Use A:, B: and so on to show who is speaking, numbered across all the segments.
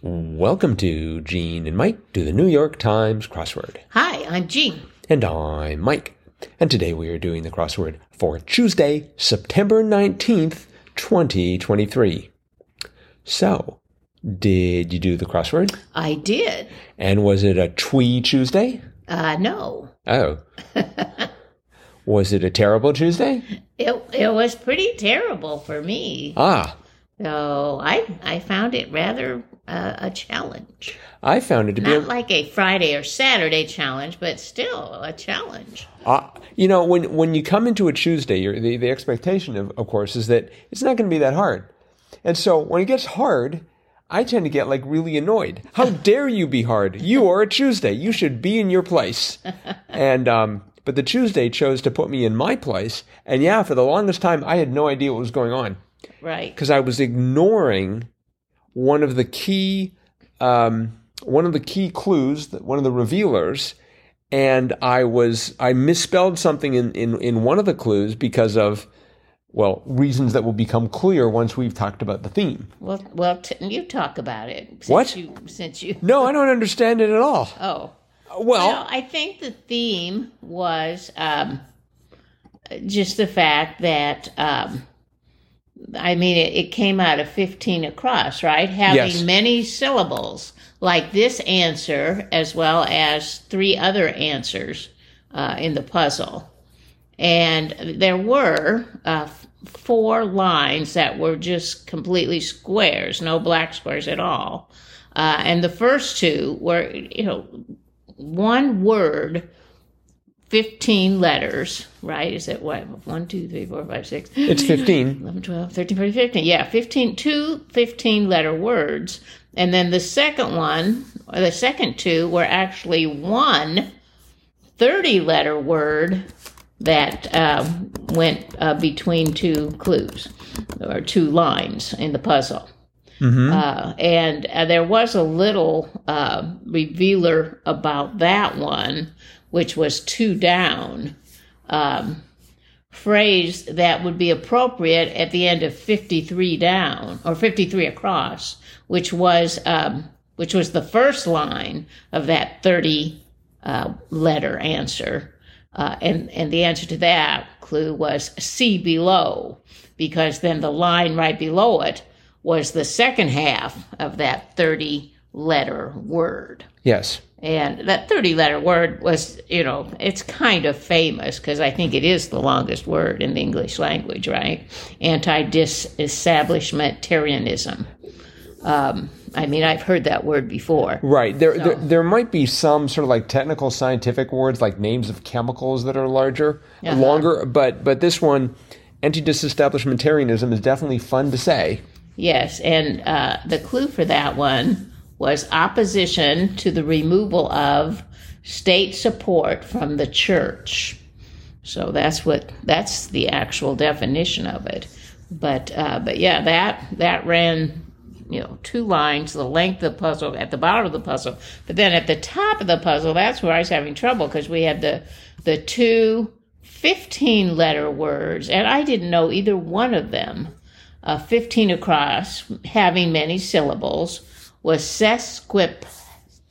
A: Welcome to Gene and Mike do the New York Times crossword.
B: Hi, I'm Jean.
A: And I'm Mike. And today we are doing the crossword for Tuesday, September 19th, 2023. So, did you do the crossword?
B: I did.
A: And was it a twee Tuesday?
B: Uh, no,
A: Oh. was it a terrible Tuesday?
B: it it was pretty terrible for me.
A: Ah,
B: So I I found it rather uh, a challenge.
A: I found it to be a
B: Not like a Friday or Saturday challenge, but still a challenge.
A: Uh, you know, when when you come into a Tuesday, you're, the the expectation of of course is that it's not going to be that hard, and so when it gets hard, I tend to get like really annoyed. How dare you be hard? You are a Tuesday. You should be in your place. And um, but the Tuesday chose to put me in my place, and yeah, for the longest time, I had no idea what was going on
B: Right.
A: because I was ignoring one of the key um, one of the key clues, that- one of the revealers, and I was I misspelled something in, in in one of the clues because of well reasons that will become clear once we've talked about the theme.
B: Well, well, t- you talk about it. Since
A: What?
B: You, since you.
A: No, I don't understand it at all.
B: Oh.
A: Well,
B: Well, I think the theme was um, just the fact that, um, I mean, it, it came out of 15 across, right? Having
A: Yes.
B: many syllables, like this answer, as well as three other answers uh, in the puzzle. And there were uh, f- four lines that were just completely squares, no black squares at all. Uh, and the first two were, you know, one word, 15 letters, right? Is it what? 1, 2, 3, 4, 5, 6,
A: it's fifteen.
B: 11, 12, 13, 14, 15. Yeah, 15, two 15 letter words. And then the second one, or the second two, were actually one 30 letter word that uh, went uh, between two clues or two lines in the puzzle. Uh, and uh, there was a little uh, revealer about that one, which was two down phrase that would be appropriate at the end of 53 down or 53 across which was um, which was the first line of that 30 uh, letter answer uh, and and the answer to that clue was see below because then the line right below it was the second half of that 30 letter word
A: Yes,
B: and that 30 letter word was, you know, it's kind of famous because I think it is the longest word in the English language, right? Anti disestablishmentarianism. Um, I mean, I've heard that word before.
A: right. There, there there might be some sort of like technical scientific words like names of chemicals that are larger, longer, but but this one. Anti-disestablishmentarianism is definitely fun to say.
B: Yes, and uh, the clue for that one was opposition to the removal of state support from the church. So that's what that's the actual definition of it. But uh, but yeah, that that ran you know two lines, the length of the puzzle at the bottom of the puzzle, but then at the top of the puzzle, that's where I was having trouble because we had the the two 15 letter words, and I didn't know either one of them uh, 15 across, having many syllables, was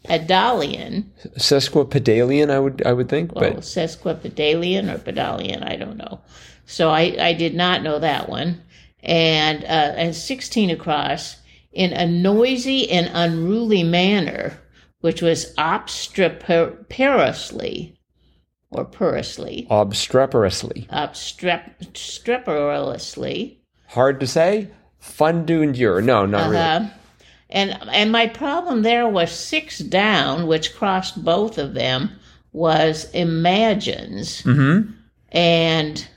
B: sesquipedalian.
A: sesquipedalian i would i would think
B: Well,
A: but
B: sesquipedalian or pedalian, I don't know. So I, I did not know that one. And, uh, and 16 across, in a noisy and unruly manner, which was obstreperously, or purously,
A: obstreperously
B: obstreperously.
A: hard to say fun to endure no not really
B: Uh, and and my problem there was six down, which crossed both of them, was imagines,
A: mm-hmm.
B: and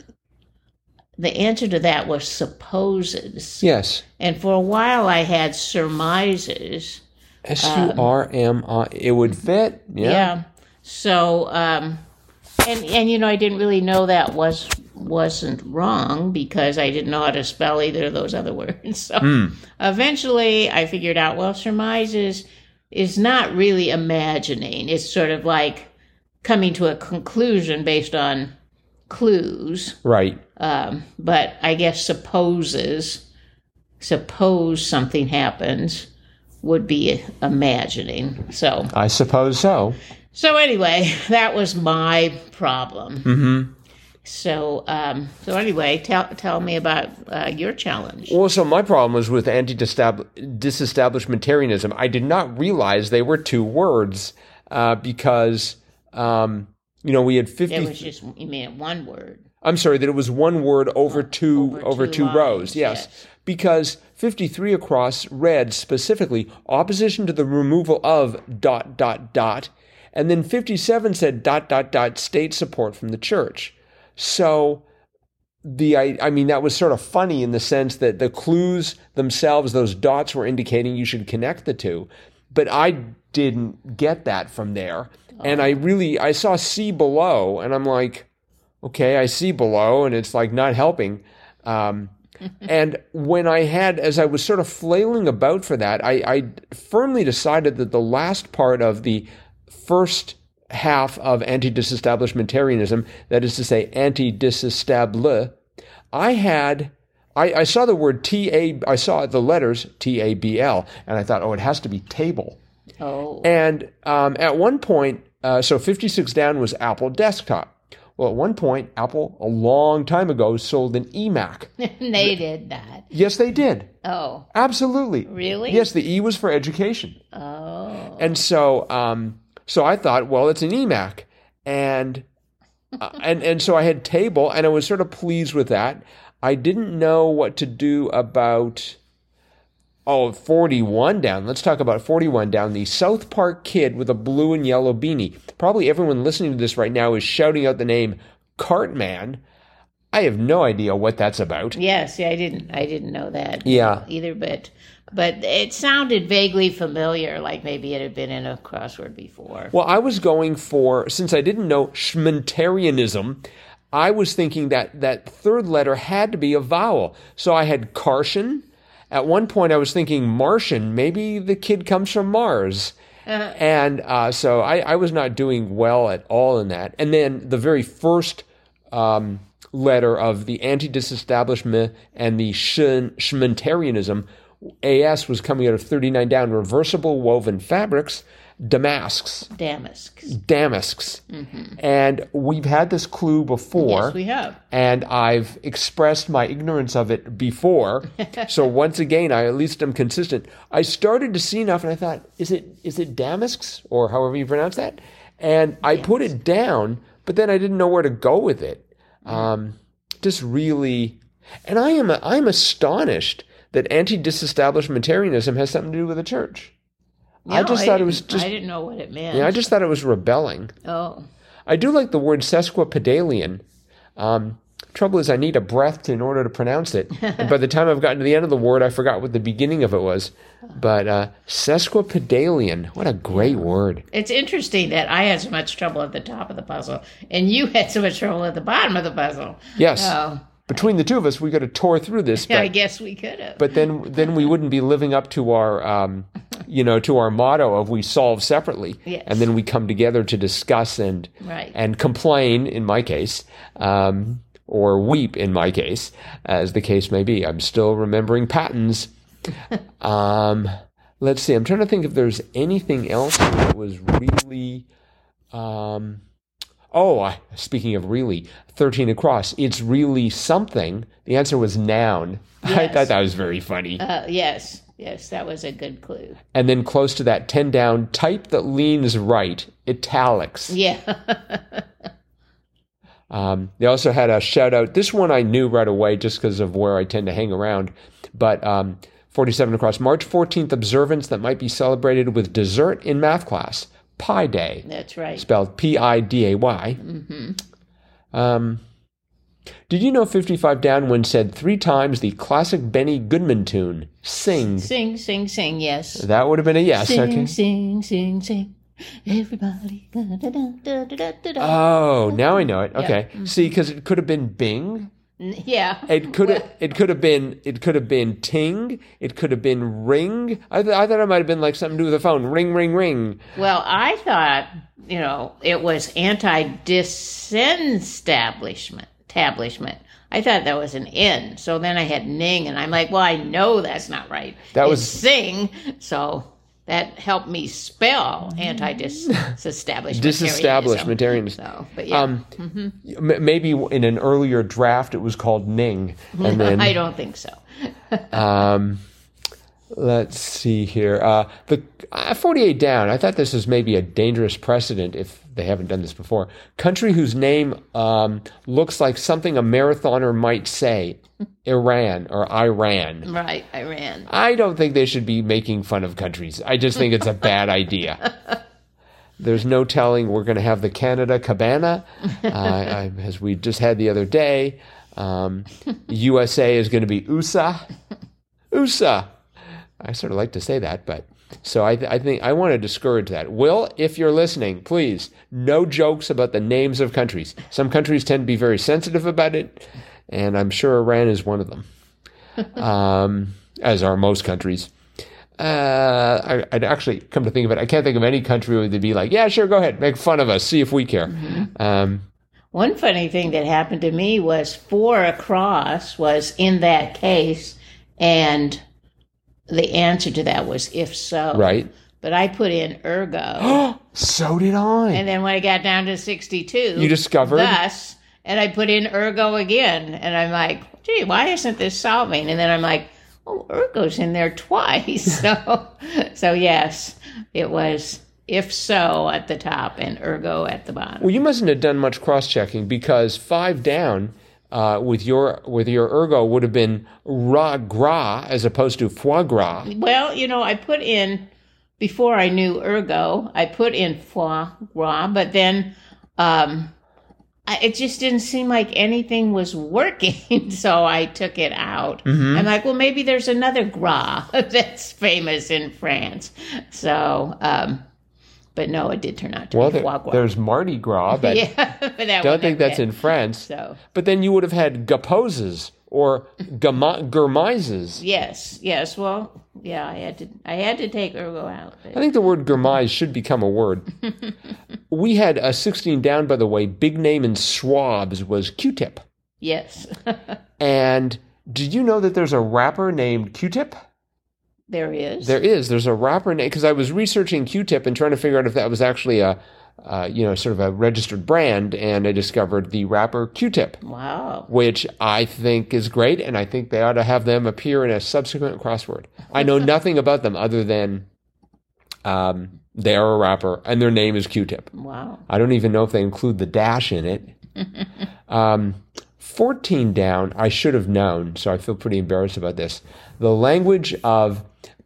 B: the answer to that was supposes.
A: yes
B: And for a while, I had surmises.
A: s-u-r-m-i it would fit yeah,
B: So, um, and and you know, I didn't really know that was wasn't wrong because I didn't know how to spell either of those other words. So eventually, I figured out. Well, surmises is not really imagining. It's sort of like coming to a conclusion based on clues.
A: right
B: Um, but I guess supposes suppose something happens would be imagining. So,
A: I suppose so.
B: so anyway, that was my problem. Mm-hmm. So, um, so anyway, tell tell me about uh, your challenge.
A: Well, so my problem was with anti disestablishmentarianism. I did not realize they were two words uh, because, um, you know, we had 50.
B: It was just you meant one word.
A: I'm sorry, that it was one word over two Oh, over,
B: two
A: two,
B: lines,
A: rows. Yes.
B: yes.
A: Because 53 across read specifically opposition to the removal of dot dot dot and then 57 said dot dot dot state support from the church. So the I, I mean that was sort of funny in the sense that the clues themselves those dots were indicating you should connect the two but i didn't get that from there and i really i saw c below and i'm like okay i see below and it's like not helping um, and when i had as i was sort of flailing about for that I, I firmly decided that the last part of the first half of anti disestablishmentarianism, that is to say, anti disestable, I had. I, I saw the word T A. I saw the letters T A B L, and I thought, oh, it has to be table.
B: Oh,
A: And um, at one point, uh, so 56 down was Apple Desktop. Well, at one point, Apple, a long time ago, sold an EMAC.
B: they did that.
A: yes, they did.
B: Oh,
A: Absolutely.
B: Really?
A: Yes, the E was for education.
B: oh,
A: And so, um, so I thought, well, it's an EMAC, and uh, and and so I had table, and I was sort of pleased with that. I didn't know what to do about oh 41 down. Let's talk about 41 down. The South Park kid with a blue and yellow beanie. Probably everyone listening to this right now is shouting out the name Cartman. I have no idea what that's about.
B: yes. Yeah, I didn't. I didn't know that.
A: Yeah.
B: either, but but it sounded vaguely familiar, like maybe it had been in a crossword before.
A: Well, I was going for since I didn't know Schmentarianism, I was thinking that that third letter had to be a vowel. So I had Carson. At one point, I was thinking Martian. Maybe the kid comes from Mars. And uh, so I, I was not doing well at all in that. And then the very first um, letter of the anti disestablishment and the Shin- Schmentarianism, AS was coming out of 39 down, reversible woven fabrics, Damasks
B: Damask.
A: damasks. And we've had this clue before.
B: Mm-hmm. Yes, we have.
A: and I've expressed my ignorance of it before. so once again, I at least am consistent. I started to see enough and I thought, is it is it damasks or however you pronounce that? And I put it down, but then I didn't know where to go with it.
B: Mm.
A: Um, just really and I am I'm astonished that anti-disestablishmentarianism has something to do with the church. I
B: No,
A: just thought it
B: didn't-
A: was just
B: I didn't know what it meant.
A: I just thought it was rebelling.
B: oh,
A: I do like the word sesquipedalian. Um, trouble is, I need a breath in order to pronounce it. and by the time I've gotten to the end of the word, I forgot what the beginning of it was. But uh, sesquipedalian, what a great word.
B: it's interesting that I had so much trouble at the top of the puzzle, and you had so much trouble at the bottom of the puzzle.
A: Yes.
B: Oh,
A: Between the two of us, we could have tore through this.
B: I
A: But,
B: guess we could have.
A: but then, then we wouldn't be living up to our, um, you know, to our motto of we solve separately,
B: Yes.
A: and then we come together to discuss and
B: Right.
A: and complain in my case, um, or weep in my case, as the case may be. I'm still remembering patterns. um, let's see. I'm trying to think if there's anything else that was really. Um, oh, I, speaking of really, 13 across, it's really something. The answer was noun. I
B: Yes.
A: thought that was very funny.
B: Uh, yes, yes, that was a good clue.
A: and then close to that, 10 down, type that leans right, italics.
B: Yeah.
A: Um, they also had a shout out. This one I knew right away just because of where I tend to hang around. But um, 47 across March 14th observance that might be celebrated with dessert in math class. Pi Day,
B: That's right.
A: spelled P I D A Y. Um,
B: Mm-hmm.
A: did you know 55 Down when said three times the classic Benny Goodman tune, Sing?
B: Sing, sing, sing, yes.
A: That would have been a yes.
B: Sing,
A: okay.
B: sing, sing, sing. Everybody. da, da, da, da, da, da, da.
A: Oh, now I know it. Okay.
B: Mm-hmm.
A: See, because it could have been Bing.
B: N- yeah.
A: It could have. It could have been. It could have been ting. It could have been ring. I, th- I thought it might have been like something to do with the phone. Ring, ring, ring.
B: Well, I thought, you know, it was anti disestablishment. Establishment. I thought that was an N. So then I had Ning, and I'm like, well, I know that's not right.
A: That
B: It's
A: was-
B: Sing. So that helped me spell anti-disestablishmentarianism.
A: Disestablishmentarianism.
B: So, but yeah,
A: Um,
B: Mm-hmm.
A: m- maybe in an earlier draft it was called Ning, and then
B: I don't think so.
A: Um, let's see here. Uh, the uh, 48 down. I thought this is maybe a dangerous precedent if they haven't done this before. Country whose name um, looks like something a marathoner might say, Iran or Iran.
B: Right, Iran.
A: I don't think they should be making fun of countries. I just think it's a bad idea. There's no telling. We're going to have the Canada Cabana, uh, I, as we just had the other day. Um, USA is going to be USA. USA. I sort of like to say that, but so I, th- I think I want to discourage that. Will, if you're listening, please no jokes about the names of countries. Some countries tend to be very sensitive about it, and I'm sure Iran is one of them um, as are most countries. Uh, I, I'd actually come to think of it, I can't think of any country where they'd be like, "Yeah, sure, go ahead, make fun of us, see if we care." Um,
B: One funny thing that happened to me was four across was in that case, and the answer to that was if so.
A: right?
B: But I put in ergo,
A: So did I.
B: and then when I got down to sixty-two,
A: you discovered
B: thus, and I put in ergo again, and I'm like, gee, why isn't this solving? And then I'm like, oh, ergo's in there twice. so, so yes, it was if so at the top and ergo at the bottom.
A: Well, you mustn't have done much cross checking because five down uh, with your with your ergo would have been ra gras as opposed to foie gras.
B: Well, you know, I put in before I knew ergo, I put in foie gras, but then um, I, it just didn't seem like anything was working, so I took it out.
A: Mm-hmm.
B: I'm like, well, maybe there's another gras that's famous in France. So, um, but no, it did turn out to
A: Well,
B: be
A: there-
B: foie gras.
A: there's Mardi Gras, but
B: Yeah, but that
A: I don't think that's in France.
B: So
A: But then you would have had gaposes or gama- germises.
B: yes, yes. Well, yeah, I had to, I had to take ergo out.
A: I think the word germise should become a word. we had a 16 down, by the way. Big name in swabs was Q-tip.
B: Yes,
A: And did you know that there's a rapper named Q-tip?
B: there is.
A: There is. There's a rapper name because I was researching Q-tip and trying to figure out if that was actually a, uh, you know, sort of a registered brand, and I discovered the rapper Q-tip.
B: Wow.
A: which I think is great, and I think they ought to have them appear in a subsequent crossword. I know nothing about them other than um, they are a rapper and their name is Q-Tip.
B: Wow.
A: I don't even know if they include the dash in it. um, 14 down, I should have known, so I feel pretty embarrassed about this. The language of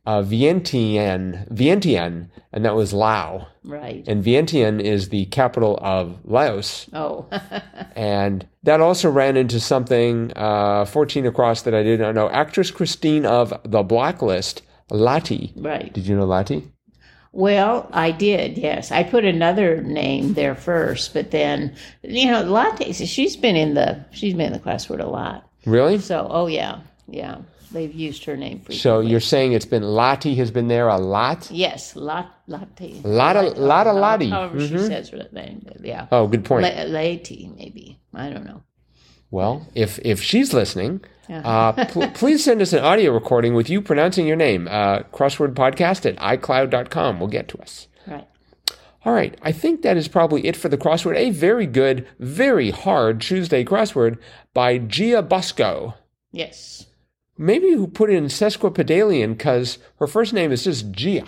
A: uh, Vientiane, Vientiane, and that was Lao.
B: Right.
A: And Vientiane is the capital of Laos.
B: oh.
A: And that also ran into something uh, 14 across that I did not know. Actress Christine of The Blacklist, Lati.
B: right.
A: Did you know Lati?
B: Well, I did, yes. I put another name there first, but then you know, lattes she's been in the she's been in the classword a lot.
A: Really?
B: So oh yeah. Yeah. They've used her name for
A: So you're saying it's been Lati has been there a lot?
B: Yes, lot latte.
A: Lotta- lotta lottie. Mm-hmm.
B: However she says her name. but Yeah.
A: Oh, good point.
B: La- Latte, maybe. I don't know.
A: Well, if if she's listening, uh, pl- please send us an audio recording with you pronouncing your name. Uh, crossword podcast at iCloud.com will get to us.
B: Right.
A: All right, I think that is probably it for the crossword. A very good, very hard Tuesday crossword by Gia Busco.
B: Yes.
A: maybe who put in sesquipedalian because her first name is just Gia.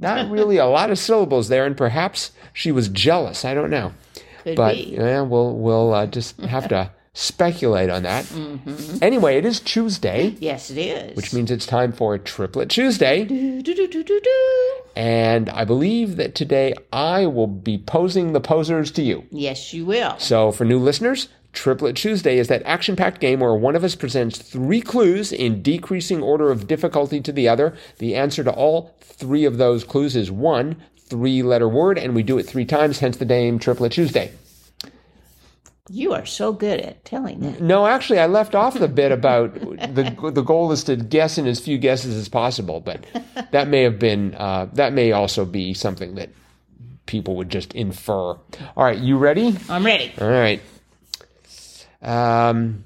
A: Not really a lot of syllables there, and perhaps she was jealous. I don't know,
B: Could
A: but
B: be.
A: yeah, we'll we'll uh, just have to speculate on that. Anyway, it is Tuesday,
B: Yes it is.
A: which means it's time for Triplet Tuesday,
B: do, do, do, do, do, do.
A: and I believe that today I will be posing the posers to you.
B: Yes you will.
A: So, for new listeners, Triplet Tuesday is that action packed game where one of us presents three clues in decreasing order of difficulty to the other. The answer to all three of those clues is one three letter word, and we do it three times, hence the name Triplet Tuesday.
B: You are so good at telling that.
A: No, actually, I left off the bit about the the goal is to guess in as few guesses as possible, but that may have been uh, that may also be something that people would just infer. All right, you ready?
B: I'm ready.
A: All right. Um,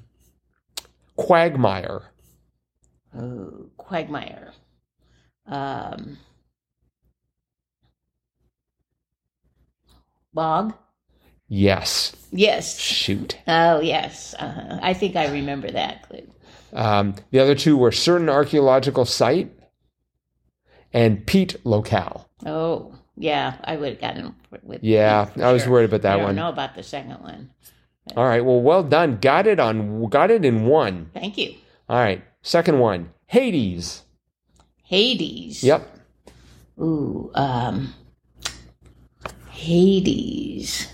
A: quagmire,
B: Oh, quagmire. Um, Bog?
A: Yes.
B: Yes.
A: Shoot.
B: Oh, yes. Uh-huh. I think I remember that clue.
A: Um, the other two were certain archaeological site and Pete locale.
B: Oh, yeah. I would have gotten with
A: Yeah,
B: for
A: I was worried about that
B: I don't
A: one.
B: know about the second one.
A: All right. Well, well done. Got it on. Got it in one.
B: Thank you.
A: All right. Second one. Hades.
B: Hades.
A: Yep.
B: Ooh, um, Hades.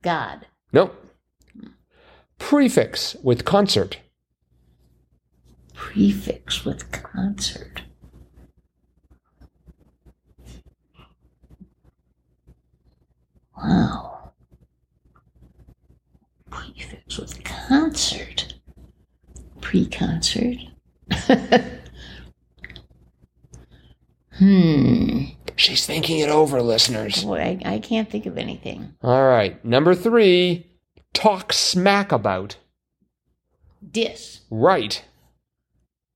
B: God.
A: Nope. Prefix with concert.
B: Prefix with concert. Wow. Prefix with concert. Pre concert. hmm.
A: She's thinking it over, listeners.
B: Boy, I, I can't think of anything.
A: All right. Number three. Talk smack about.
B: Dis.
A: Right.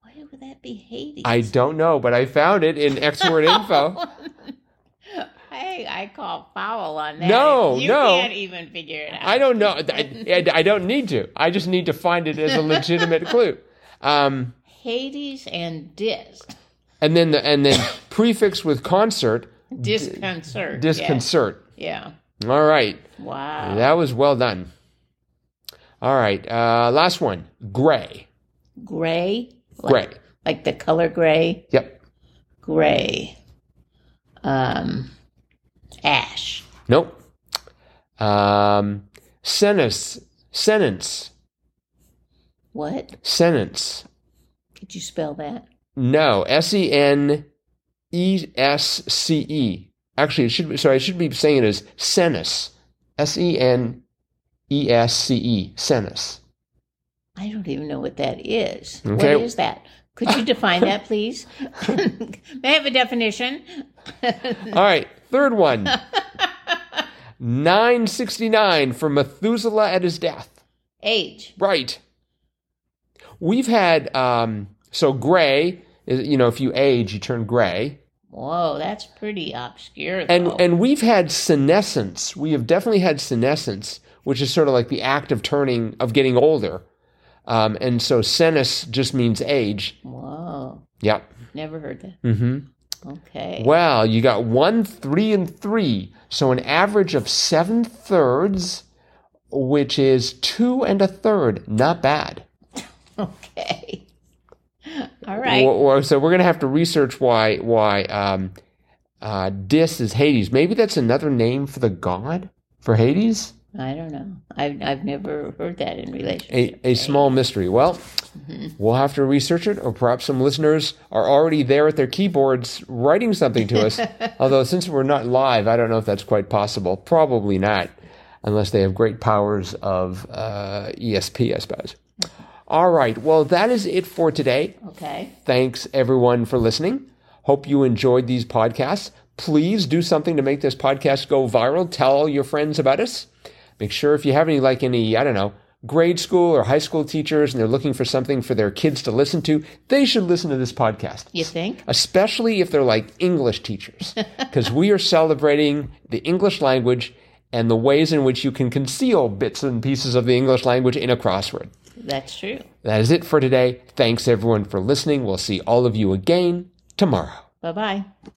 B: Why would that be Hades?
A: I don't know, but I found it in X word info.
B: Hey, I call foul on that.
A: No,
B: you
A: no.
B: can't even figure it out.
A: I don't know. I, I don't need to. I just need to find it as a legitimate clue. Um,
B: Hades and dis
A: and then the, and then prefix with concert
B: disconcert.
A: disconcert.
B: Yeah.
A: All right,
B: yeah. Wow.
A: that was well done. All right, uh, last one. Gray,
B: Gray.
A: gray.
B: Like, Like the color gray.
A: Yep.
B: Gray. Um. Ash.
A: Nope. Um, sentence. Sentence.
B: What?
A: Sentence.
B: Could you spell that?
A: No, S E N E S C E. Actually, it should be, sorry, I should be saying it as Senis. S E N E S C E. Senis.
B: I don't even know what that is.
A: Okay.
B: What is that? Could you define that, please? May I have a definition?
A: All right, third one. 969 for Methuselah at his death.
B: Age.
A: Right. We've had, um, so gray, is- you know, if you age, you turn gray.
B: Whoa, that's pretty obscure.
A: And
B: though.
A: and we've had senescence. We have definitely had senescence, which is sort of like the act of turning of getting older. Um, and so senes just means age.
B: Whoa,
A: Yep.
B: never heard that.
A: hmm
B: Okay.
A: Well, you got one, three, and three. So an average of seven thirds, which is two and a third. Not bad.
B: Okay. All right.
A: Wha- wha- so we're gonna have to research why why um, uh, Dis is Hades. Maybe that's another name for the god for Hades.
B: I don't know. I've I've never heard that in relation.
A: a, a small mystery. Well, we'll have to research it, or perhaps some listeners are already there at their keyboards writing something to us. Although, since we're not live, I don't know if that's quite possible. Probably not, unless they have great powers of uh, ESP, I suppose. All right. Well, that is it for today.
B: Okay.
A: Thanks everyone for listening. Hope you enjoyed these podcasts. Please do something to make this podcast go viral. Tell all your friends about us. Make sure if you have any, like any, I don't know, grade school or high school teachers and they're looking for something for their kids to listen to, they should listen to this podcast.
B: You think?
A: Especially if they're like English teachers, because we are celebrating the English language and the ways in which you can conceal bits and pieces of the English language in a crossword.
B: That's true.
A: That is it for today. Thanks everyone for listening. We'll see all of you again tomorrow.
B: Bye bye.